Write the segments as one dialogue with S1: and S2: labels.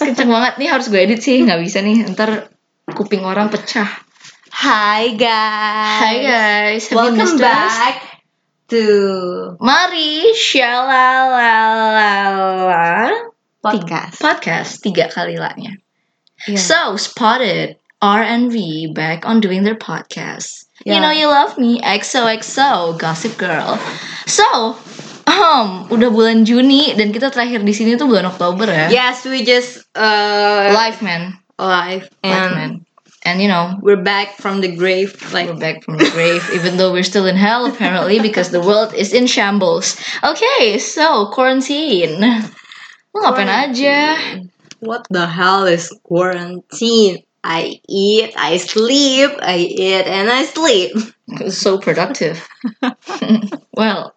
S1: kenceng banget nih harus gue edit sih nggak bisa nih ntar kuping orang pecah
S2: Hai guys.
S1: Hai guys have you
S2: Welcome
S1: missed us?
S2: back to
S1: Mari shalalala
S2: podcast.
S1: podcast tiga kali lahnya
S2: Iya.
S1: so spotted R&V back on doing their podcast you
S2: Yeah.
S1: know you love me XOXO Gossip Girl so um, udah bulan Juni dan kita terakhir di sini tuh bulan Oktober ya
S2: Yes, we just uh,
S1: live man
S2: live
S1: live
S2: and
S1: man and you know
S2: we're back from the grave. Like
S1: We're back from the grave, even though we're still in hell apparently because the world is in shambles. Okay, so quarantine. Lo ngapain aja?
S2: what the hell is quarantine? I eat, I sleep, I eat and I sleep.
S1: So productive. well,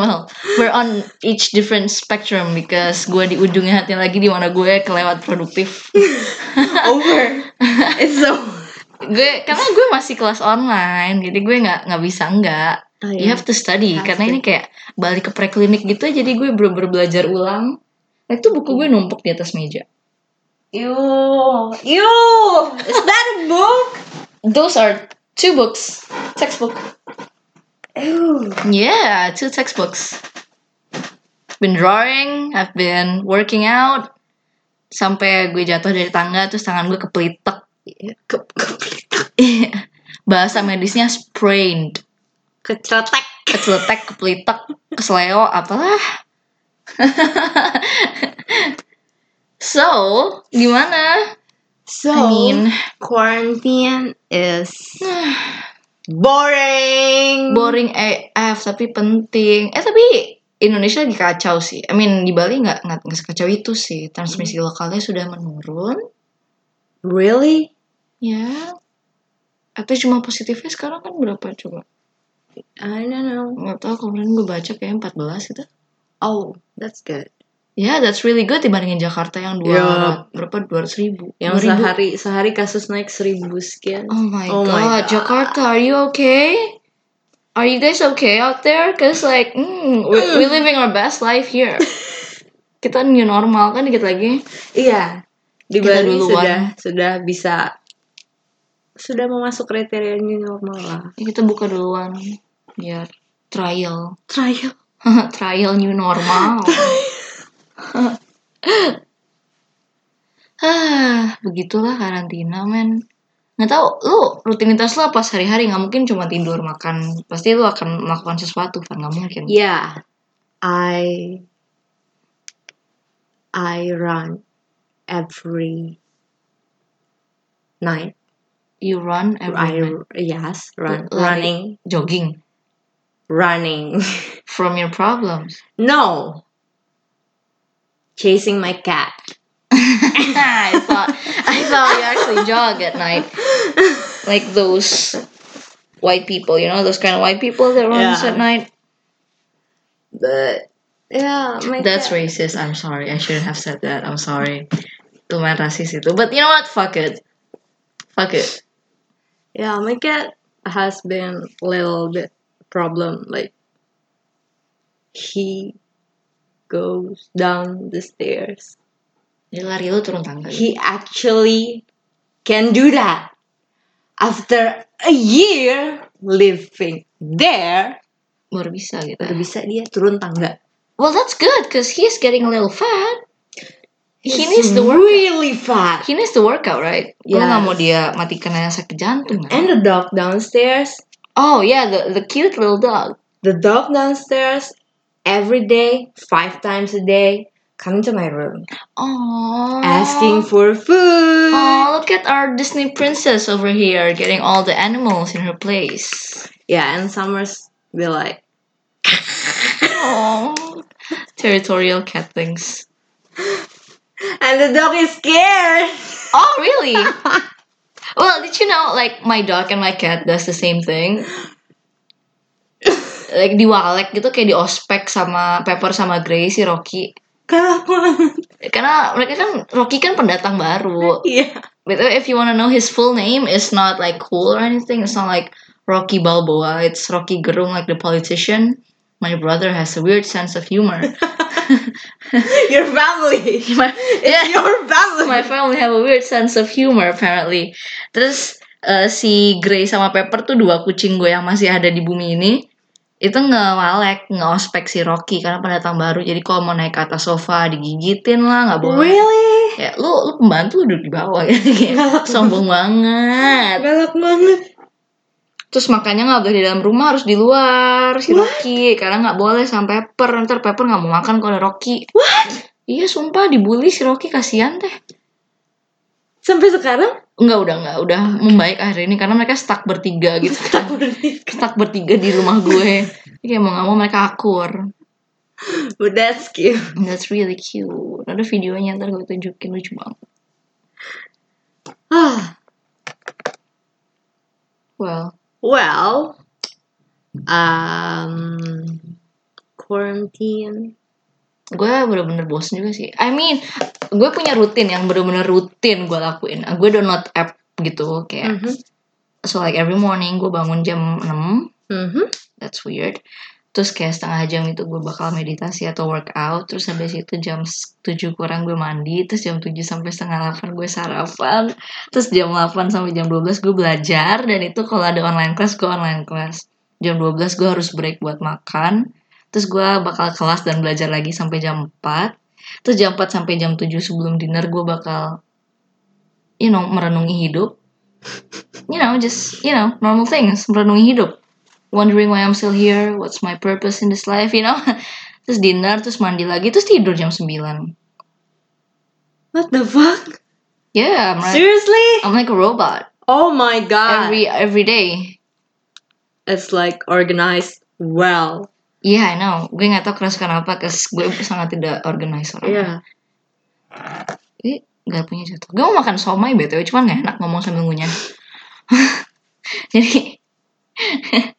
S1: well, we're on each different spectrum because gue di ujungnya hati lagi di mana gue kelewat produktif.
S2: Over. it's so
S1: gue karena gue masih kelas online, jadi gue nggak nggak bisa nggak.
S2: Oh,
S1: You
S2: iya.
S1: have to study
S2: Harus
S1: karena
S2: tuh.
S1: ini kayak balik ke preklinik gitu, jadi gue bener-bener belajar ulang. Nah, itu buku gue numpuk di atas meja.
S2: Ew, ew! Is that a book?
S1: Those are two books, textbook.
S2: Ew.
S1: Yeah, two textbooks. Been drawing, I've been working out. Sampai gue jatuh dari tangga terus tangan gue kepelitek.
S2: Ke kepelitak.
S1: Bahasa medisnya sprained.
S2: Kecetek.
S1: Keceletek, kepelitek, kesleo, apalah. so, gimana?
S2: So,
S1: I mean,
S2: quarantine is boring.
S1: boring AF tapi penting. Eh tapi Indonesia lagi kacau sih. I mean di Bali nggak nggak nggak sekacau itu sih. Transmisi
S2: Hmm.
S1: lokalnya sudah menurun.
S2: Really?
S1: Ya. Atau cuma positifnya sekarang kan berapa coba?
S2: I don't know.
S1: Nggak tahu kemarin gue baca kayak 14 gitu.
S2: Oh, that's good.
S1: Ya, that's really good dibandingin Jakarta yang dua
S2: Ya.
S1: berapa 200 ribu. 2000.
S2: Yang sehari sehari kasus naik seribu sekian.
S1: Oh my
S2: Oh
S1: god,
S2: my God.
S1: Jakarta, are you okay? Are you guys okay out there? Cause like, mm, we
S2: Hmm.
S1: we're living our best life here. Kita new normal kan dikit lagi.
S2: Iya. Di
S1: Kita
S2: Bali
S1: duluan.
S2: sudah sudah bisa sudah memasuk kriteria new normal lah.
S1: Ya, kita buka duluan biar trial,
S2: Trial.
S1: trial new normal. Hah, Ah, begitulah karantina men. Nggak tahu, lu rutinitas lu apa sehari-hari? Nggak mungkin cuma tidur makan. Pasti lu akan melakukan sesuatu kan? Nggak mungkin.
S2: Yeah. Ya, I I run every night.
S1: You run every
S2: I
S1: night.
S2: yes, run
S1: Lari.
S2: running.
S1: jogging
S2: running.
S1: from your problems.
S2: no. Chasing my cat.
S1: I thought I thought you actually jog at night, like those white people. You know those kind of white people that runs
S2: Yeah.
S1: at night.
S2: But yeah, my
S1: That's
S2: cat.
S1: racist. I'm sorry. I shouldn't have said that. I'm sorry. Lumayan rasis itu. But you know what? Fuck it. Fuck it.
S2: Yeah, my cat has been little bit problem like he goes down the stairs.
S1: Jadi lari lu turun tangga.
S2: He actually can do that. After a year living there,
S1: Baru bisa gitu.
S2: baru bisa dia turun tangga.
S1: Well, that's good because he's getting a little fat. He
S2: It's
S1: needs the work.
S2: really fast.
S1: He needs the workout, right? Gue
S2: Yes.
S1: nggak mau dia mati karena sakit jantung. kan?
S2: And the dog downstairs,
S1: Oh yeah, the the cute little dog.
S2: the dog downstairs, every day, five times a day, coming to my room,
S1: Oh.
S2: asking for food.
S1: Oh, look at our Disney princess over here getting all the animals in her place.
S2: Yeah, and Summers be like,
S1: Oh. Territorial cat things.
S2: and the dog is scared.
S1: Oh, really? well, did you know like my dog and my cat does the same thing? like di Walek gitu kayak di ospek sama Pepper sama Grey si Rocky.
S2: Kenapa?
S1: Karena mereka kan Rocky kan pendatang baru.
S2: yeah.
S1: But if you want to know his full name, it's not like cool or anything. It's not like Rocky Balboa. It's Rocky Gerung, like the politician. my brother has a weird sense of humor.
S2: your family.
S1: My-
S2: It's your family.
S1: my family have a weird sense of humor apparently. Terus eh, si Grey sama Pepper tuh dua kucing gue yang masih ada di bumi ini itu ngewalek, ngeospek si Rocky karena pendatang baru. Jadi kalau mau naik ke atas sofa digigitin lah, nggak boleh.
S2: Really?
S1: Ya, lu lu pembantu duduk di bawah gitu kayak sombong banget.
S2: Galak banget.
S1: Terus makannya nggak boleh di dalam rumah harus di luar si
S2: What?
S1: Rocky karena nggak boleh sampai Pepper ntar Pepper nggak mau makan kalau ada Rocky. Iya sumpah dibully si Rocky kasihan teh.
S2: Sampai sekarang
S1: Enggak udah enggak udah membaik akhir ini karena mereka stuck bertiga gitu
S2: tak berhenti.
S1: stuck bertiga di rumah gue Jadi kayak mau nggak mau mereka akur
S2: But that's cute.
S1: that's really cute ada videonya ntar gue tunjukin lucu banget
S2: Ah,
S1: well
S2: well, um, quarantine.
S1: gue bener-bener bosen juga sih I mean gue punya rutin yang bener-bener rutin gue lakuin gue download app gitu kayak
S2: Mhm.
S1: so like every morning gue bangun jam 6
S2: Mhm.
S1: that's weird terus kayak setengah jam itu gue bakal meditasi atau workout terus habis itu jam 7 kurang gue mandi terus jam 7 sampai setengah 8 gue sarapan terus jam 8 sampai jam 12 gue belajar dan itu kalau ada online class gue online class jam 12 gue harus break buat makan terus gue bakal kelas dan belajar lagi sampai jam 4 terus jam 4 sampai jam 7 sebelum dinner gue bakal you know merenungi hidup you know just you know normal things merenungi hidup wondering why I'm still here, what's my purpose in this life, you know. Terus dinner, terus mandi lagi, terus tidur jam 9.
S2: What the fuck?
S1: Yeah, I'm like,
S2: Seriously?
S1: I'm like a robot.
S2: Oh my god.
S1: Every every day.
S2: it's like organized well.
S1: Yeah, I know. Gue gak tau keras kenapa, cause gue sangat tidak organized orang.
S2: Yeah.
S1: Ih, Gak punya jatuh. Gue mau makan somai BTW, cuman gak enak ngomong sambil ngunyah. Jadi,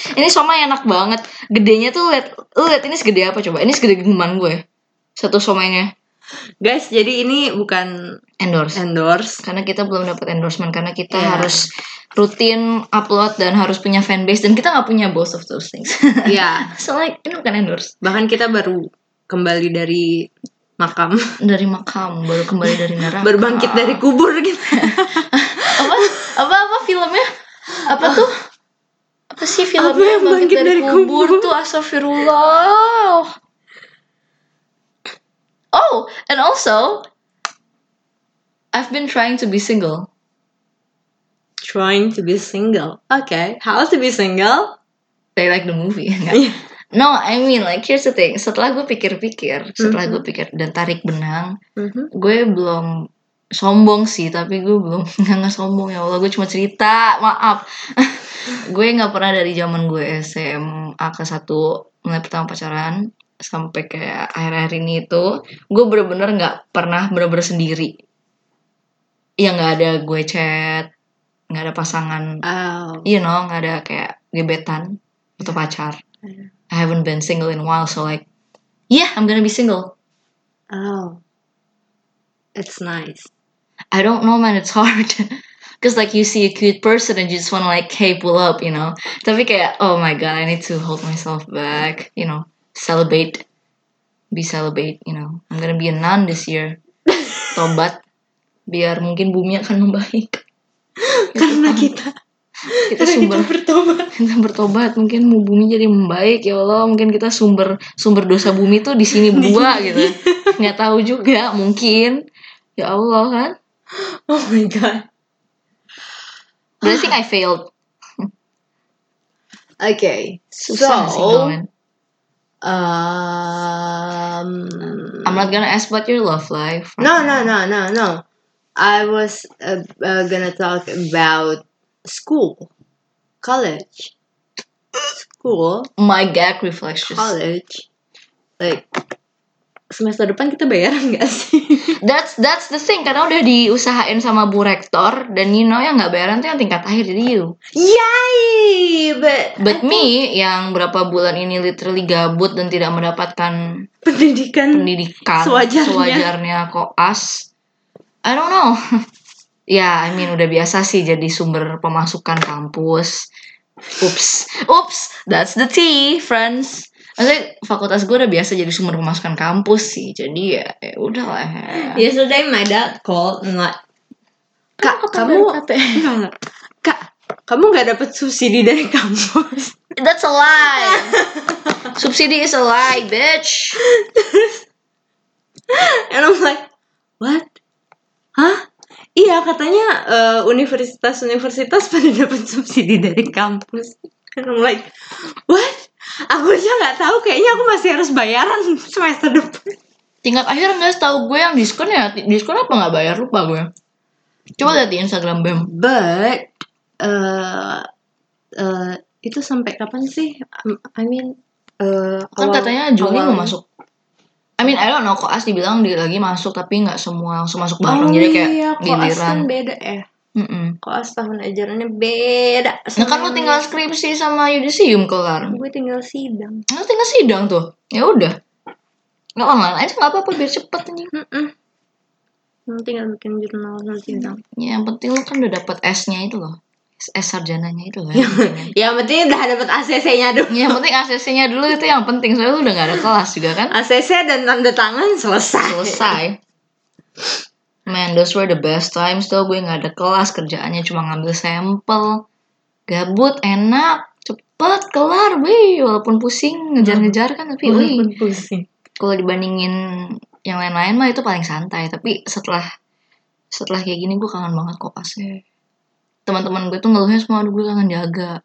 S1: ini somai enak banget. Gedenya tuh, liat, lu liat ini segede apa coba? Ini segede genggaman gue. Satu somainya.
S2: Guys, jadi ini bukan
S1: Endorse.
S2: endorse.
S1: karena kita belum dapat endorsement karena kita
S2: Iya.
S1: harus rutin upload dan harus punya fanbase dan kita nggak punya both of those things
S2: Iya.
S1: so like ini bukan endorse
S2: Bahkan kita baru kembali dari makam,
S1: dari makam baru kembali dari neraka
S2: berbangkit dari kubur gitu.
S1: apa apa apa filmnya apa tuh apa sih filmnya
S2: Apa yang
S1: bangkit, dari, kubur, tuh astagfirullah oh and also I've been trying to be single
S2: Trying to be single. Okay, how to be single?
S1: they like the movie enggak?
S2: Iya.
S1: No, I mean like here's the thing. Setelah gue pikir-pikir, setelah gue pikir dan tarik benang,
S2: Mhm.
S1: gue belum sombong sih, tapi gue belum nggak nggak sombong ya Allah. Gue cuma cerita, maaf. gue nggak pernah dari zaman gue SMA ke satu mulai pertama pacaran sampai kayak akhir-akhir ini itu, gue bener-bener nggak pernah bener-bener sendiri. Ya nggak ada gue chat, nggak ada pasangan
S2: Oh.
S1: you know nggak ada kayak gebetan atau pacar I haven't been single in a while so like yeah I'm gonna be single
S2: Oh. It's nice.
S1: I don't know man it's hard Cause like you see a cute person and you just wanna like hey pull up you know tapi kayak oh my god I need to hold myself back you know celebrate be celibate you know I'm gonna be a nun this year tobat biar mungkin bumi akan membaik
S2: Karena kita
S1: kita
S2: karena kita Oh
S1: sumber
S2: bertobat.
S1: kita bertobat mungkin mu- bumi jadi membaik ya Allah mungkin kita sumber sumber dosa bumi tuh di sini berdua gitu nggak tahu juga mungkin ya Allah kan
S2: Oh my god.
S1: but I think I failed
S2: Okay.
S1: susah single
S2: So,
S1: man
S2: um
S1: I'm not gonna ask about your love life
S2: No, no, no, no, no. I was uh, uh, gonna talk about school, college, school,
S1: my gag reflex just
S2: college. Like semester depan kita bayaran gak sih?
S1: that's that's the thing karena udah diusahain sama bu rektor dan you know yang nggak bayaran tuh yang tingkat akhir jadi you
S2: Yay! But
S1: but me yang berapa bulan ini literally gabut dan tidak mendapatkan
S2: pendidikan
S1: pendidikan
S2: Sewajarnya.
S1: sewajarnya koas I don't know ya I mean udah biasa sih jadi sumber pemasukan kampus oops oops that's the tea friends maksudnya fakultas gue udah biasa jadi sumber pemasukan kampus sih jadi ya, ya udah lah
S3: Yesterday my dad called and like
S2: Kak, kamu Iya, Kak, kamu nggak dapat subsidi dari kampus.
S1: that's a lie subsidi is a lie bitch
S2: And I'm like, what? Hah? Iya, katanya eh, universitas-universitas pada dapat subsidi dari kampus. And I'm like, what? Aku aja nggak tahu. Kayaknya aku masih harus bayaran semester depan.
S1: tingkat akhir nggak setahu gue yang diskon ya diskon apa nggak bayar lupa gue coba lihat di Instagram bem
S2: But eh eh, itu sampai kapan sih? Um, I mean, eh
S1: kan
S2: awal-
S1: katanya Juni
S2: awal-
S1: mau masuk I mean I don't know koas dibilang dia lagi masuk tapi nggak semua langsung masuk bareng jadi kayak
S2: iya, koas
S1: giliran
S2: kan beda ya.
S1: Mm-mm.
S2: Koas tahun ajarannya beda.
S1: nah kan lu tinggal skripsi sama yudisium kelar
S2: gue tinggal sidang.
S1: lu tinggal sidang tuh ya udah nggak online aja nggak apa-apa biar cepet nih
S2: Heeh. Lu tinggal bikin jurnal sama sidang.
S1: ya, yang penting lu kan udah dapet S-nya itu loh S, S sarjananya itu loh yang penting.
S2: Ya penting udah dapet ACC-nya dulu.
S1: yang penting ACC-nya dulu itu yang penting soalnya lu udah gak ada kelas juga kan
S2: ACC dan tanda tangan selesai.
S1: selesai man those were the best times tuh gue nggak ada kelas kerjaannya cuma ngambil sampel gabut enak cepet kelar wih walaupun pusing ngejar-ngejar kan tapi wih
S2: Walaupun pusing.
S1: kalau dibandingin yang lain-lain mah itu paling santai tapi setelah setelah kayak gini gue kangen banget koasnya teman-teman gue tuh ngeluhnya semua aduh gue kangen jaga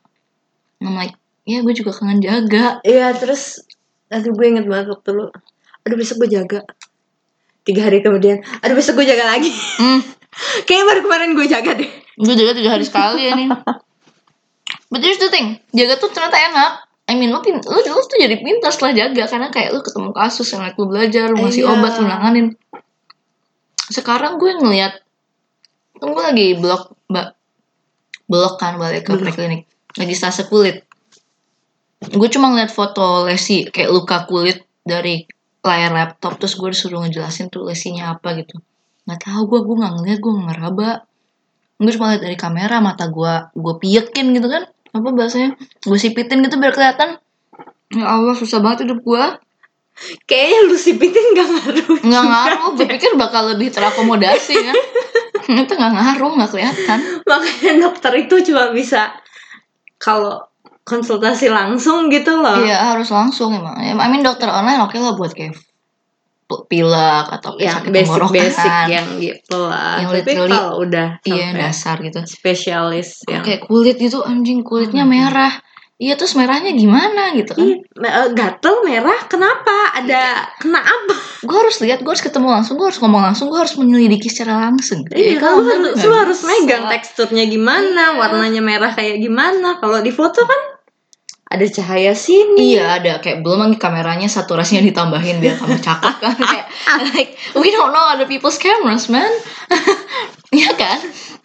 S1: And I'm like ya gue juga kangen jaga
S2: Iya terus, aduh gue inget banget waktu lu. Aduh besok gue jaga. Tiga hari kemudian, aduh besok gue jaga lagi.
S1: Hmm.
S2: Kayaknya baru kemarin gue jaga deh.
S1: Gue jaga tiga hari sekali ya nih. But here's the thing, jaga tuh ternyata enak. I mean, lu, pin- lu, lu tuh jadi pintar setelah jaga. Karena kayak lu ketemu kasus, yang lain lu belajar, lu ngasih
S2: Iya.
S1: obat, lu nanganin. Sekarang gue ngeliat, kan gue lagi blok, ba, blok kan balik ke preklinik. Lagi stase kulit. Gue cuma ngeliat foto lesi, kayak luka kulit dari layar laptop. Terus gue disuruh ngejelasin tuh lesinya apa gitu. Gak tau gue, gue gak ngeliat, gue gak ngeraba gue cuma lihat dari kamera mata gue gue piyekin gitu kan apa bahasanya gue sipitin gitu biar kelihatan ya Allah susah banget hidup gue
S2: Kayaknya lu sipitin gak ngaruh.
S1: nggak ngaruh gue pikir bakal lebih terakomodasi kan itu nggak ngaruh nggak kelihatan
S2: Makanya dokter itu cuma bisa kalau konsultasi langsung gitu loh.
S1: iya harus langsung emang ya, I mean dokter online oke lah buat kayak p- pilek atau kayak
S2: ya
S1: sakit
S2: basic basic
S1: tenggorokan
S2: yang gitu lah
S1: kan. Yang
S2: tapi
S1: literally-
S2: kalau udah
S1: iya yang
S2: sampai
S1: dasar gitu
S2: spesialis yang
S1: kayak kulit gitu anjing kulitnya
S2: Hmm.
S1: merah iya terus merahnya gimana gitu kan
S2: Ih, me- eh, gatel merah kenapa ada
S1: Iya.
S2: kena apa
S1: gue harus lihat gue harus ketemu langsung gue harus ngomong langsung gue harus menyelidiki secara langsung
S2: iya
S1: Jadi kalau
S2: kalau
S1: enggak,
S2: harus
S1: gue
S2: lu
S1: nggak
S2: harus
S1: bisa.
S2: megang teksturnya gimana
S1: Iya.
S2: warnanya merah kayak gimana kalau di foto kan ada cahaya sini
S1: iya ada kayak belum lagi kameranya saturasinya ditambahin biar tambah cakep kan kayak like we don't know other people's cameras man iya kan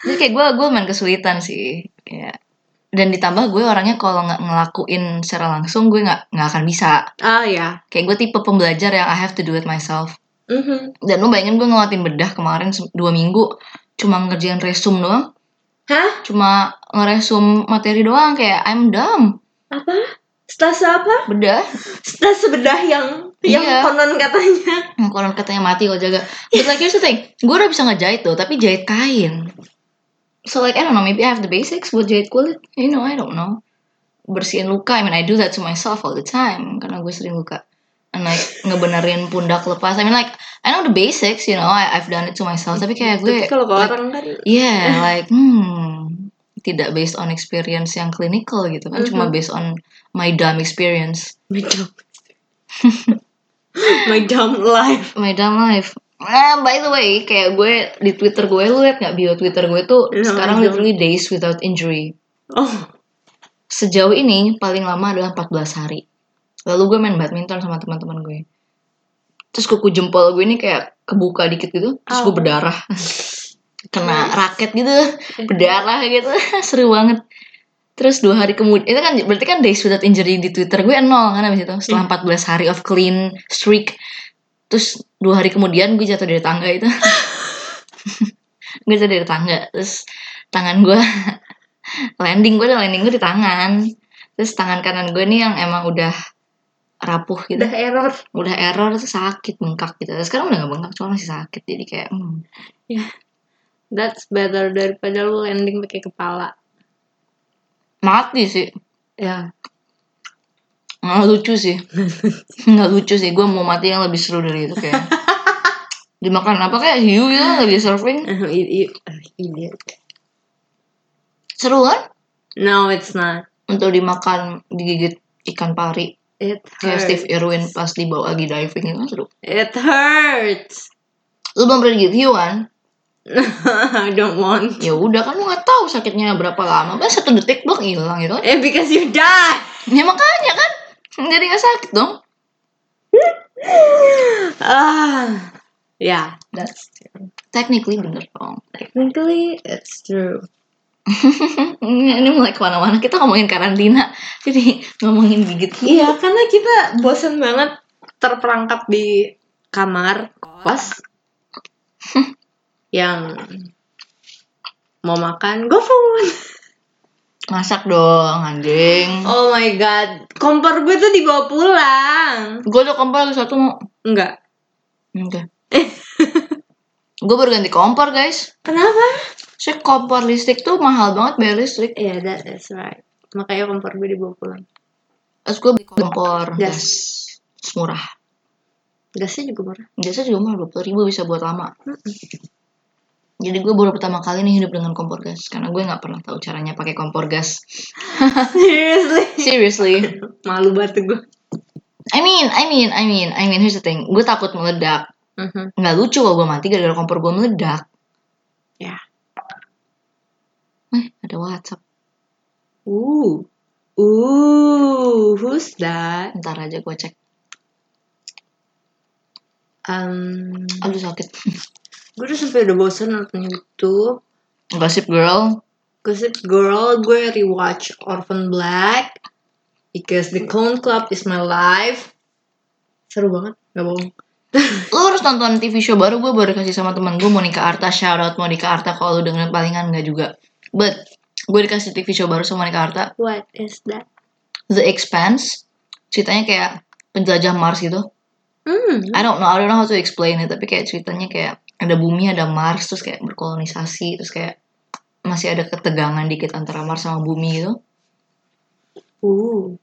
S1: jadi kayak gue gue main kesulitan sih Kayak- dan ditambah gue orangnya kalau nggak ngelakuin secara langsung gue nggak nggak akan bisa
S2: ah ya
S1: kayak gue tipe pembelajar yang I have to do it myself
S2: Mhm.
S1: dan lu bayangin gue ngelatin bedah kemarin se- dua minggu cuma ngerjain resume doang
S2: hah
S1: cuma ngeresum materi doang kayak I'm dumb
S2: apa stase apa
S1: bedah
S2: stase bedah yang yang
S1: Iya.
S2: konon katanya
S1: Hmm, konon katanya mati kalau jaga but like here's the thing gue udah bisa ngejahit tuh tapi jahit kain so like I don't know maybe I have the basics buat jahit kulit you know I don't know bersihin luka I mean I do that to myself all the time karena gue sering luka and like ngebenerin pundak lepas I mean like I know the basics you know I, I've done it to myself tapi kayak gue
S2: tapi kalau ke
S1: like,
S2: orang kan
S1: Yeah, Iya, like hmm, tidak based on experience yang clinical gitu kan, cuma
S2: Mhm.
S1: based on my dumb experience,
S2: my dumb my dumb life
S1: my dumb life. Ah, by the way, kayak gue di Twitter gue lu liat nggak bio Twitter gue tuh
S2: Iya,
S1: sekarang
S2: iya.
S1: literally days without injury.
S2: oh
S1: Sejauh ini paling lama adalah 14 hari. Lalu gue main badminton sama teman-teman gue. Terus kuku jempol gue ini kayak kebuka dikit gitu, terus gue
S2: Au.
S1: berdarah. Kena raket gitu. berdarah gitu seru banget terus dua hari kemudian itu kan berarti kan days without injury di twitter gue nol kan abis itu setelah 14 hari of clean streak terus dua hari kemudian gue jatuh dari tangga itu gue jatuh dari tangga terus tangan gue landing gue udah landing gue di tangan terus tangan kanan gue nih yang emang udah rapuh gitu
S2: udah error
S1: udah error tuh sakit bengkak gitu sekarang udah gak bengkak cuma masih sakit jadi kayak hmm.
S2: that's better daripada lu landing pakai kepala
S1: mati sih
S2: ya
S1: nggak lucu sih nggak lucu sih gue mau mati yang lebih seru dari itu kayak dimakan apa kayak hiu gitu lagi surfing
S2: idiot
S1: seru kan
S2: no it's not
S1: untuk dimakan digigit ikan pari
S2: it
S1: kayak Steve
S2: hurts
S1: Irwin pas dibawa lagi diving itu kan seru
S2: it hurts
S1: lu belum pernah digigit hiu kan
S2: I don't want
S1: ya udah kan lu nggak tahu sakitnya berapa lama kan satu detik doang hilang gitu kan
S2: eh because you die
S1: ya makanya kan jadi nggak sakit dong
S2: ah yeah that's true
S1: technically bener dong
S2: technically it's true
S1: ini mulai kemana-mana kita ngomongin karantina jadi ngomongin gigit hiu
S2: Iya, karena kita bosan banget terperangkap di kamar kos yang mau makan GoFood.
S1: masak dong anjing
S2: Oh my god, kompor gue tuh dibawa pulang.
S1: gue udah kompor lagi satu mau
S2: Enggak.
S1: enggak gue baru ganti kompor guys
S2: Kenapa?
S1: si kompor listrik tuh mahal banget bayar listrik
S2: Iya, that is right. Makanya kompor gue dibawa pulang.
S1: terus gue beli kompor
S2: Gas.
S1: gas Terus murah
S2: Gasnya juga murah.
S1: biasanya juga murah dua ribu bisa buat lama jadi gue baru pertama kali nih hidup dengan kompor gas karena gue nggak pernah tahu caranya pakai kompor gas
S2: Seriously.
S1: seriously
S2: Malu banget tuh gue.
S1: I mean I mean I mean I mean here's the thing gue takut meledak
S2: Mhm.
S1: nggak lucu kalau gue mati gara-gara kompor gue meledak
S2: Ya.
S1: eh ada WhatsApp
S2: Ooh. Ooh, who's that?
S1: ntar aja gue cek
S2: Um,
S1: aduh sakit
S2: gue udah sampai udah bosen nonton YouTube
S1: gossip girl
S2: Gossip Girl gue rewatch Orphan Black because the Clone Club is my life seru banget nggak bohong
S1: lu harus nonton TV show baru gue baru kasih sama temen gue Monica Arta shout out Monica Arta kalau lu dengerin palingan nggak juga but gue dikasih TV show baru sama Monica Arta
S2: what is that
S1: The Expanse ceritanya kayak penjelajah Mars gitu
S2: hmm
S1: I don't know I don't know how to explain it tapi kayak ceritanya kayak ada bumi ada Mars terus kayak berkolonisasi terus kayak masih ada ketegangan dikit antara Mars sama bumi gitu
S2: ooh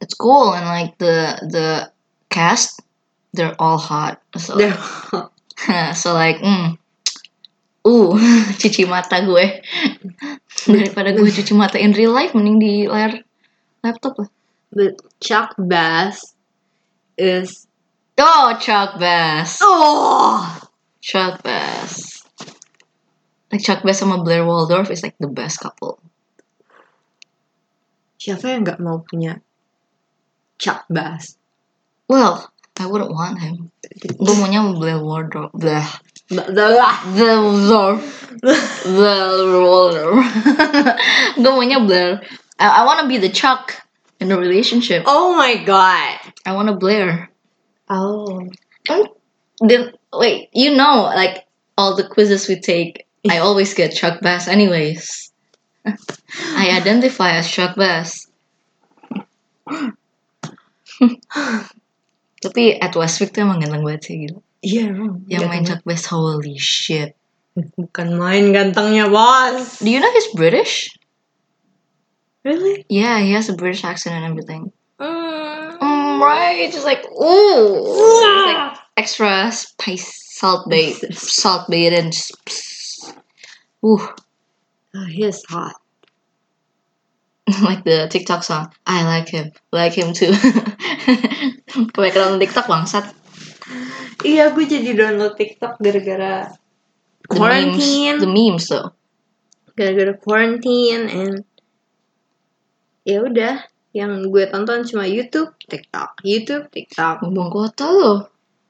S1: it's cool and like the the cast they're all hot so
S2: There-
S1: so like mm, uh cuci mata gue daripada gue cuci mata in real life mending di layar laptop lah
S2: but Chuck Bass is
S1: oh Chuck Bass
S2: oh
S1: Chuck Bass like Chuck Bass sama Blair Waldorf is like the best couple
S2: siapa yang nggak mau punya Chuck Bass
S1: well I wouldn't want him gue maunya sama Blair Waldorf Blair
S2: Ba- ba-
S1: Blair Waldorf Blair Waldorf gue maunya Blair I, I wanna be the Chuck in a relationship
S2: oh my god
S1: I wanna Blair
S2: oh
S1: Don't did wait, you know, like all the quizzes we take, I always get Chuck Bass anyways. I identify as Chuck Bass. Tapi at Westwick tuh emang ganteng banget sih gila.
S2: iya emang
S1: Yang main
S2: Ganteng
S1: Chuck Bass, holy shit.
S2: banget. bukan main gantengnya bos
S1: Do you know he's British?
S2: really
S1: Yeah, he has a British accent and everything.
S2: Mm.
S1: Mm, right, just like ooh, It's like extra spice, salt bait, salt bait and s- ooh.
S2: Oh, he is hot.
S1: like the TikTok song. I like him, like him too. Kebanyakan nonton TikTok bangsat.
S2: Iya, gue jadi download TikTok gara-gara
S1: The memes, the
S2: quarantine,
S1: memes though.
S2: gara-gara quarantine and ya udah, yang gue tonton cuma YouTube, TikTok, YouTube, TikTok
S1: Ngomong kota loh.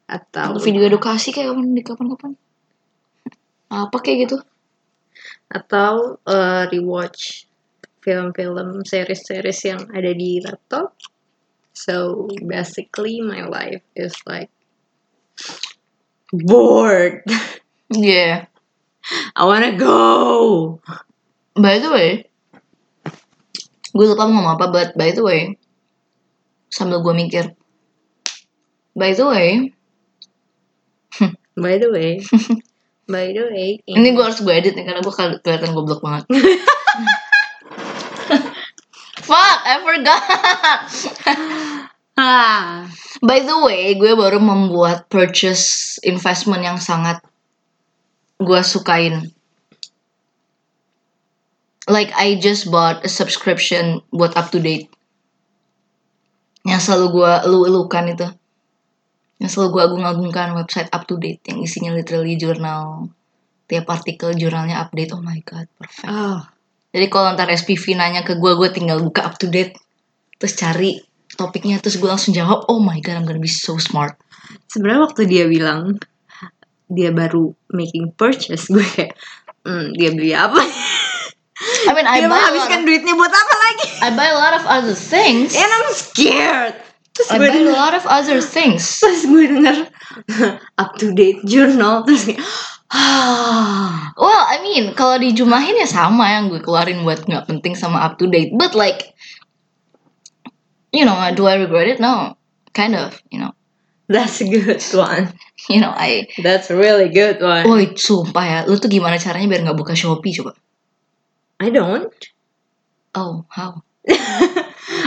S2: atau
S1: Video edukasi kayak kapan di kapan-kapan. Apa kayak gitu?
S2: atau eh, rewatch film-film, series-series yang ada di laptop. So basically, my life is like bored.
S1: Yeah.
S2: I wanna go.
S1: By the way, gue lupa mau ngomong apa, but by the way, sambil gue mikir, By the way,
S2: By the way, by the way,
S1: ini gue harus gue edit nih karena gue kelihatan goblok banget. Fuck, I forgot.
S2: ah,
S1: By the way, gue baru membuat purchase investment yang sangat gue sukain. Like I just bought a subscription buat up to date. Yang selalu gue elu-elukan itu. Yang selalu gue agung-agungkan website up to date yang isinya literally jurnal. Tiap artikel jurnalnya update. Oh my god, perfect.
S2: oh,
S1: Jadi kalau ntar SPV nanya ke gue, gue tinggal buka up to date. Terus cari topiknya, terus gue langsung jawab, oh my god, I'm gonna be so smart.
S2: sebenarnya waktu dia bilang dia baru making purchase gue kayak hmm, dia beli apa
S1: I mean, I buy, a
S2: dia
S1: lot
S2: menghabiskan
S1: of,
S2: duitnya buat apa lagi
S1: I buy a lot of other things.
S2: and I'm scared terus
S1: I buy
S2: gue
S1: a
S2: denger,
S1: lot of other things.
S2: terus gue denger up to date journal terus kayak ah
S1: Well, I mean, kalau dijumahin ya sama yang gue keluarin buat nggak penting sama up to date. But like, you know, do I regret it? No, kind of, you know.
S2: that's a good one
S1: You know, I...
S2: that's a really good one
S1: Woi, sumpah ya. Lu tuh gimana caranya biar nggak buka Shopee coba?
S2: I don't
S1: Oh, how?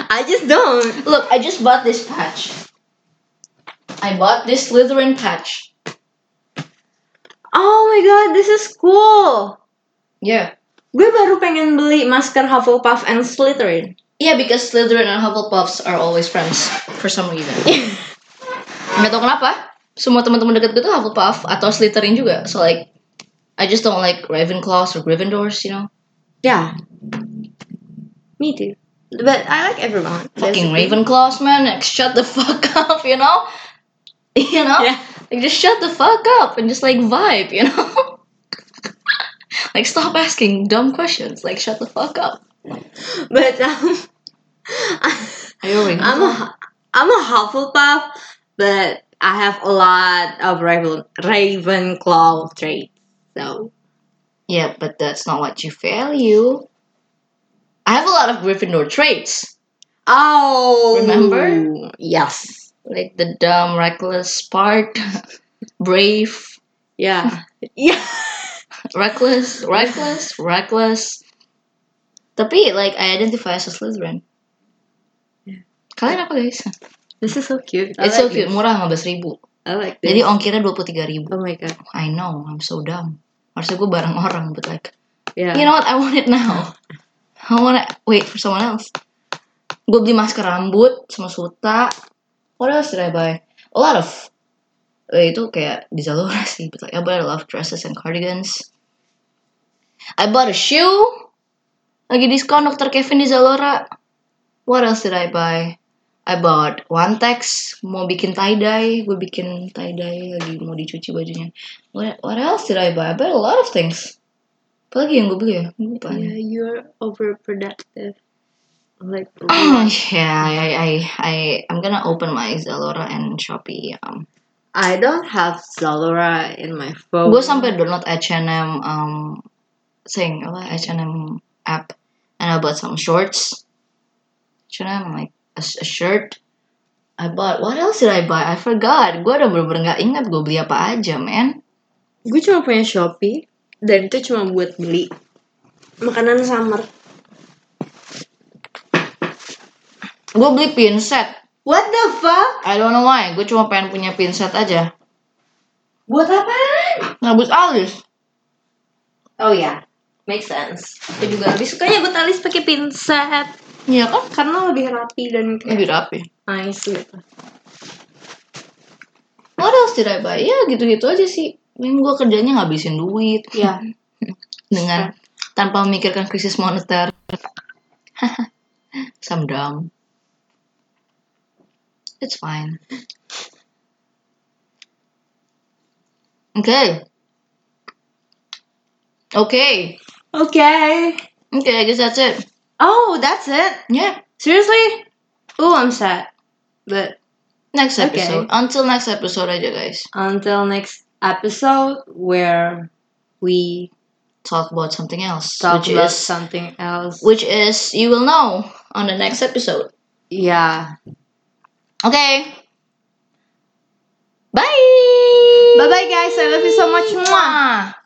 S2: I just don't
S1: Look, I just bought this patch. I bought this Slytherin patch.
S2: oh my god this is cool
S1: Yeah.
S2: gue baru pengen beli masker Hufflepuff and Slytherin
S1: Yeah, because Slytherin and Hufflepuffs are always friends for some reason. Nggak tahu kenapa. Semua teman-teman deket gue tuh Hufflepuff atau Slytherin juga. So like, I just don't like Ravenclaws or Gryffindors, you know.
S2: Yeah. Me too. But I like everyone.
S1: Fucking Ravenclaws, man. Like, shut the fuck up, you know. You know,
S2: Yeah.
S1: like just shut the fuck up and just like vibe, you know. like stop asking dumb questions. Like shut the fuck up.
S2: But um,
S1: Are you a
S2: I'm a I'm a Hufflepuff, but I have a lot of Raven Ravenclaw traits. So
S1: Yeah, but that's not what you value. I have a lot of Gryffindor traits,
S2: oh,
S1: Remember?
S2: Yes.
S1: like the dumb, reckless part, brave,
S2: Yeah. yeah.
S1: reckless, reckless, reckless. Tapi, like, I identify as a Slytherin. Kalian apa guys?
S2: This is so cute. I
S1: It's so
S2: like
S1: cute,
S2: This.
S1: murah 15 ribu.
S2: I like this.
S1: Jadi ongkirnya 23 ribu.
S2: oh my god.
S1: I know, I'm so dumb. Harusnya gue bareng orang, but like,
S2: Yeah.
S1: You know what? I want it now. I want to wait for someone else. Gue beli masker rambut sama suta. What else did I buy? A lot of eh, itu kayak di Zalora sih. But like, I bought a lot of dresses and cardigans. I bought a shoe. Lagi diskon Dr. Kevin di Zalora. What else did I buy? I bought Wantex. Mau bikin tie dye. Gue bikin tie dye lagi mau dicuci bajunya. What, what else did I buy? I bought a lot of things. Apalagi yang gue beli ya? Gue lupa.
S2: yeah, you're overproductive. Like
S1: yeah, I, I, I, I'm gonna open my Zalora and Shopee. Um,
S2: I don't have Zalora in my phone.
S1: gue sampai download H&M um, thing, apa H&M app, and I bought some shorts. H&M like a, a shirt. I bought. What else did I buy? I forgot. Gue udah bener-bener gak ingat gue beli apa aja, man.
S2: gue cuma punya Shopee dan itu cuma buat beli makanan summer.
S1: Gue beli pinset.
S2: What the fuck?
S1: I don't know why. Gue cuma pengen punya pinset aja.
S2: Buat apaan?
S1: Ngabus alis.
S2: Oh ya, make sense. Gue juga lebih suka nyabut alis pakai pinset
S1: Iya kan?
S2: karena lebih rapi dan kayak
S1: Lebih rapi.
S2: nice gitu.
S1: What else did I buy? Ya gitu-gitu aja sih. Mungkin gue kerjanya ngabisin duit.
S2: Ya,
S1: dengan tanpa memikirkan krisis moneter. Some dumb. It's fine. Okay. Okay.
S2: Okay.
S1: Okay, I guess that's it.
S2: Oh, that's it.
S1: Yeah.
S2: Seriously? Oh, I'm sad. But
S1: Next
S2: Okay.
S1: episode. Until next episode aja guys.
S2: until next episode where we
S1: Talk about something else.
S2: talk
S1: which
S2: about
S1: is
S2: something else.
S1: which is you will know on the next episode.
S2: Yeah.
S1: Okay. Bye.
S2: Bye bye guys, I love you so much. Mwah.
S1: Mwah.